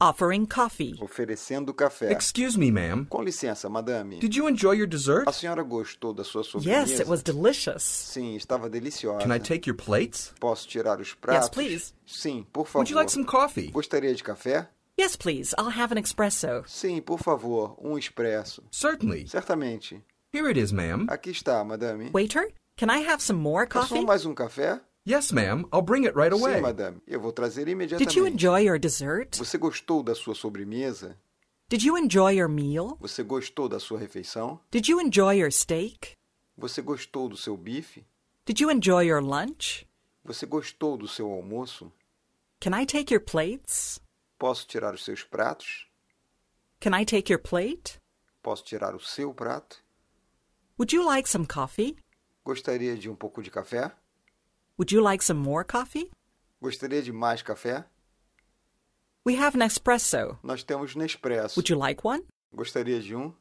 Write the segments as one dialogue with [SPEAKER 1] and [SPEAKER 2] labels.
[SPEAKER 1] offering coffee.
[SPEAKER 2] Oferecendo café.
[SPEAKER 3] Excuse me, ma'am.
[SPEAKER 2] Com licença, madame.
[SPEAKER 3] Did you enjoy your dessert?
[SPEAKER 2] A senhora gostou da sua sobremesa?
[SPEAKER 1] Yes, it was delicious.
[SPEAKER 2] Sim, estava deliciosa.
[SPEAKER 3] Can I take your plates?
[SPEAKER 2] Posso tirar os pratos?
[SPEAKER 1] Yes, please.
[SPEAKER 2] Sim, por favor.
[SPEAKER 3] Would you like some coffee?
[SPEAKER 2] Gostaria de café?
[SPEAKER 1] Yes, please. I'll have an espresso.
[SPEAKER 2] Sim, por favor, um expresso.
[SPEAKER 3] Certainly.
[SPEAKER 2] Certamente.
[SPEAKER 3] Here it is, ma'am.
[SPEAKER 2] Aqui está, madame.
[SPEAKER 1] Waiter, can I have some more
[SPEAKER 2] Passou
[SPEAKER 1] coffee?
[SPEAKER 2] mais um café?
[SPEAKER 3] Yes, ma'am. I'll bring it right
[SPEAKER 2] Sim,
[SPEAKER 3] away.
[SPEAKER 2] madame. Eu vou trazer
[SPEAKER 1] Did you
[SPEAKER 2] imediatamente.
[SPEAKER 1] enjoy your dessert?
[SPEAKER 2] Você gostou da sua sobremesa?
[SPEAKER 1] Did you enjoy your meal?
[SPEAKER 2] Você gostou da sua refeição?
[SPEAKER 1] Did you enjoy your steak?
[SPEAKER 2] Você gostou do seu bife?
[SPEAKER 1] Did you enjoy your lunch?
[SPEAKER 2] Você gostou do seu almoço?
[SPEAKER 1] Can I take your plates?
[SPEAKER 2] Posso tirar os seus pratos?
[SPEAKER 1] Can I take your plate?
[SPEAKER 2] Posso tirar o seu prato?
[SPEAKER 1] Would you like some coffee?
[SPEAKER 2] Gostaria de um pouco de café?
[SPEAKER 1] Would you like some more coffee?
[SPEAKER 2] Gostaria de mais café?
[SPEAKER 1] We have an espresso.
[SPEAKER 2] Nós temos Nespresso.
[SPEAKER 1] Would you like one?
[SPEAKER 2] Gostaria de um?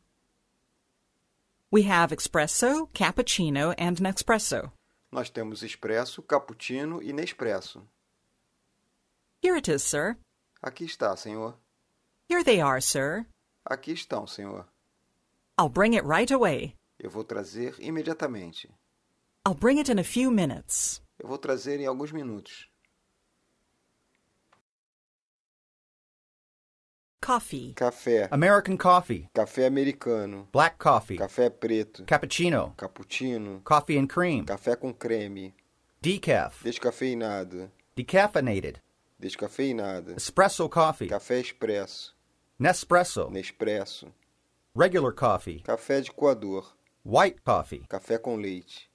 [SPEAKER 1] We have espresso, cappuccino, and an espresso.
[SPEAKER 2] Nós temos Expresso, Cappuccino e Nespresso.
[SPEAKER 1] Here it is, sir.
[SPEAKER 2] Aqui está, senhor.
[SPEAKER 1] Here they are, sir.
[SPEAKER 2] Aqui estão, senhor.
[SPEAKER 1] I'll bring it right away.
[SPEAKER 2] Eu vou trazer imediatamente.
[SPEAKER 1] I'll bring it in a few minutes.
[SPEAKER 2] Eu vou trazer em alguns minutos.
[SPEAKER 1] Coffee.
[SPEAKER 2] Café.
[SPEAKER 4] American coffee,
[SPEAKER 2] Café americano.
[SPEAKER 4] black coffee,
[SPEAKER 2] Café preto.
[SPEAKER 4] cappuccino,
[SPEAKER 2] Cappuccino.
[SPEAKER 4] coffee and cream,
[SPEAKER 2] Café com creme.
[SPEAKER 4] decaf,
[SPEAKER 2] Descafeinado.
[SPEAKER 4] decaffeinated,
[SPEAKER 2] Descafeinado.
[SPEAKER 4] espresso coffee,
[SPEAKER 2] Café expresso.
[SPEAKER 4] Nespresso,
[SPEAKER 2] Nespresso.
[SPEAKER 4] regular coffee,
[SPEAKER 2] Café de coador.
[SPEAKER 4] white coffee,
[SPEAKER 2] Café com leite.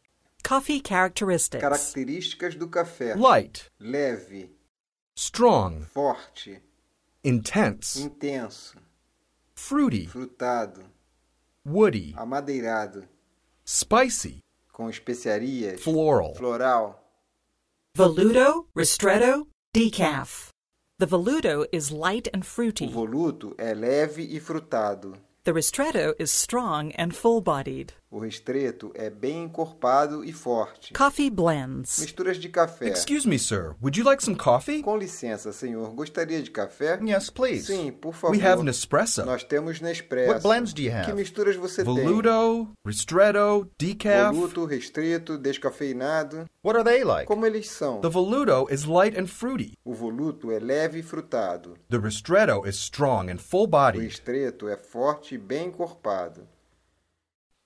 [SPEAKER 1] Coffee characteristics.
[SPEAKER 2] Características do café:
[SPEAKER 3] Light,
[SPEAKER 2] leve,
[SPEAKER 3] strong,
[SPEAKER 2] forte,
[SPEAKER 3] intense,
[SPEAKER 2] intenso,
[SPEAKER 3] fruity,
[SPEAKER 2] frutado,
[SPEAKER 3] woody,
[SPEAKER 2] amadeirado,
[SPEAKER 3] spicy,
[SPEAKER 2] com especiarias,
[SPEAKER 3] floral.
[SPEAKER 2] floral.
[SPEAKER 1] Voluto, ristretto, decaf. The voluto is light and
[SPEAKER 2] O
[SPEAKER 1] fruity.
[SPEAKER 2] voluto é leve e frutado.
[SPEAKER 1] The ristretto is strong and full-bodied.
[SPEAKER 2] O restreto é bem encorpado e forte.
[SPEAKER 1] Coffee blends.
[SPEAKER 2] Misturas de café.
[SPEAKER 3] Excuse me, sir. Would you like some coffee?
[SPEAKER 2] Com licença, senhor, gostaria de café?
[SPEAKER 4] Yes, please.
[SPEAKER 2] Sim, por favor.
[SPEAKER 3] We have Nespresso,
[SPEAKER 2] Nós temos Nespresso.
[SPEAKER 4] What blends do you have?
[SPEAKER 2] Que misturas você
[SPEAKER 3] Voluto, Ristretto,
[SPEAKER 2] tem?
[SPEAKER 3] Decaf.
[SPEAKER 2] Voluto, restrito, descafeinado.
[SPEAKER 4] What are they like?
[SPEAKER 2] Como eles são?
[SPEAKER 3] The Voluto is light and fruity.
[SPEAKER 2] O voluto é leve e frutado.
[SPEAKER 3] The Ristretto is strong and
[SPEAKER 2] O
[SPEAKER 3] full-bodied.
[SPEAKER 2] estreito é forte e bem encorpado.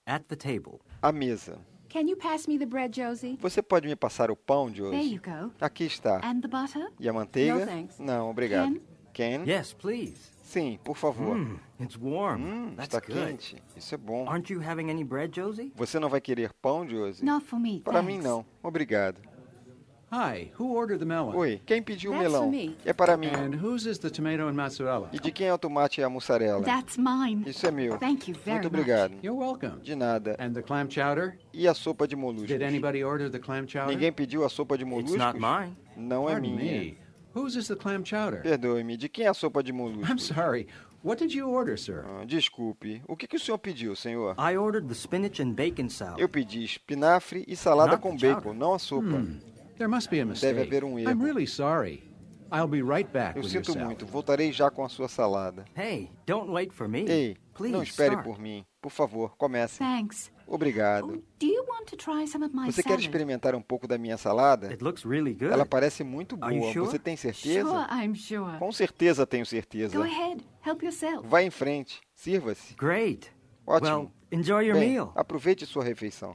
[SPEAKER 5] At the table.
[SPEAKER 2] A mesa.
[SPEAKER 6] Can you pass me the bread, Josie?
[SPEAKER 2] Você pode me passar o pão de
[SPEAKER 6] There you go.
[SPEAKER 2] Aqui está.
[SPEAKER 6] And the butter?
[SPEAKER 2] E a manteiga?
[SPEAKER 6] Ah, No, thanks.
[SPEAKER 2] Não, obrigado. Ken?
[SPEAKER 5] Yes, please.
[SPEAKER 2] Sim, por favor.
[SPEAKER 5] Mm, it's warm.
[SPEAKER 2] Hum,
[SPEAKER 5] That's
[SPEAKER 2] está
[SPEAKER 5] good.
[SPEAKER 2] quente. Isso é bom.
[SPEAKER 5] Aren't you having any bread, Josie?
[SPEAKER 2] Você não vai querer pão, Josie?
[SPEAKER 6] Not for me.
[SPEAKER 2] Para
[SPEAKER 6] thanks.
[SPEAKER 2] mim, não. Obrigado.
[SPEAKER 7] Hi, who ordered the melon?
[SPEAKER 2] Oi, quem pediu o
[SPEAKER 6] That's
[SPEAKER 2] melão?
[SPEAKER 6] for me.
[SPEAKER 2] É para mim.
[SPEAKER 7] And whose is the tomato and mozzarella?
[SPEAKER 2] E de quem é o tomate e a mussarela?
[SPEAKER 6] That's mine.
[SPEAKER 2] Isso é meu.
[SPEAKER 6] Thank you very
[SPEAKER 2] Muito
[SPEAKER 6] much.
[SPEAKER 2] obrigado.
[SPEAKER 7] You're welcome.
[SPEAKER 2] De nada.
[SPEAKER 7] And the clam chowder?
[SPEAKER 2] E a sopa de moluscos?
[SPEAKER 7] Did anybody order the clam chowder?
[SPEAKER 2] Ninguém pediu a sopa de
[SPEAKER 5] It's
[SPEAKER 2] moluscos?
[SPEAKER 5] not mine.
[SPEAKER 2] Não é
[SPEAKER 7] Pardon
[SPEAKER 2] minha.
[SPEAKER 7] me. Whose is the clam chowder?
[SPEAKER 2] Perdoe-me, de quem é a sopa de
[SPEAKER 7] I'm
[SPEAKER 2] moluscos?
[SPEAKER 7] sorry. What did you order, sir?
[SPEAKER 2] Ah, Desculpe, o que, que o senhor pediu, senhor?
[SPEAKER 5] I ordered the spinach and bacon salad.
[SPEAKER 2] Eu pedi espinafre e salada
[SPEAKER 5] Not
[SPEAKER 2] com
[SPEAKER 5] the
[SPEAKER 2] bacon,
[SPEAKER 5] chowder.
[SPEAKER 2] não a sopa.
[SPEAKER 5] Hum,
[SPEAKER 7] There must be a mistake.
[SPEAKER 2] haver um erro.
[SPEAKER 7] I'm really sorry. I'll be right
[SPEAKER 5] tá
[SPEAKER 7] back
[SPEAKER 2] Eu
[SPEAKER 7] with your
[SPEAKER 2] sinto
[SPEAKER 7] salad.
[SPEAKER 2] muito, voltarei já com a sua salada.
[SPEAKER 5] Hey, don't wait for me.
[SPEAKER 2] Ei,
[SPEAKER 5] please
[SPEAKER 2] não espere
[SPEAKER 5] start.
[SPEAKER 2] por mim. Por favor, comece.
[SPEAKER 6] Thanks.
[SPEAKER 2] Obrigado.
[SPEAKER 6] Oh, do you want to try some of Oh, my
[SPEAKER 2] Você quer
[SPEAKER 6] salad?
[SPEAKER 2] experimentar um pouco da minha salada?
[SPEAKER 5] It looks really good.
[SPEAKER 2] Ela parece muito
[SPEAKER 5] Are you
[SPEAKER 2] boa.
[SPEAKER 5] sure?
[SPEAKER 2] Você tem
[SPEAKER 6] Sure,
[SPEAKER 2] certeza?
[SPEAKER 6] I'm sure.
[SPEAKER 2] Com certeza tenho certeza.
[SPEAKER 6] Go ahead. Help yourself.
[SPEAKER 2] Vá em frente, sirva-se.
[SPEAKER 5] Great.
[SPEAKER 2] Ótimo.
[SPEAKER 5] Well, enjoy your
[SPEAKER 2] Bem,
[SPEAKER 5] meal.
[SPEAKER 2] aproveite sua refeição.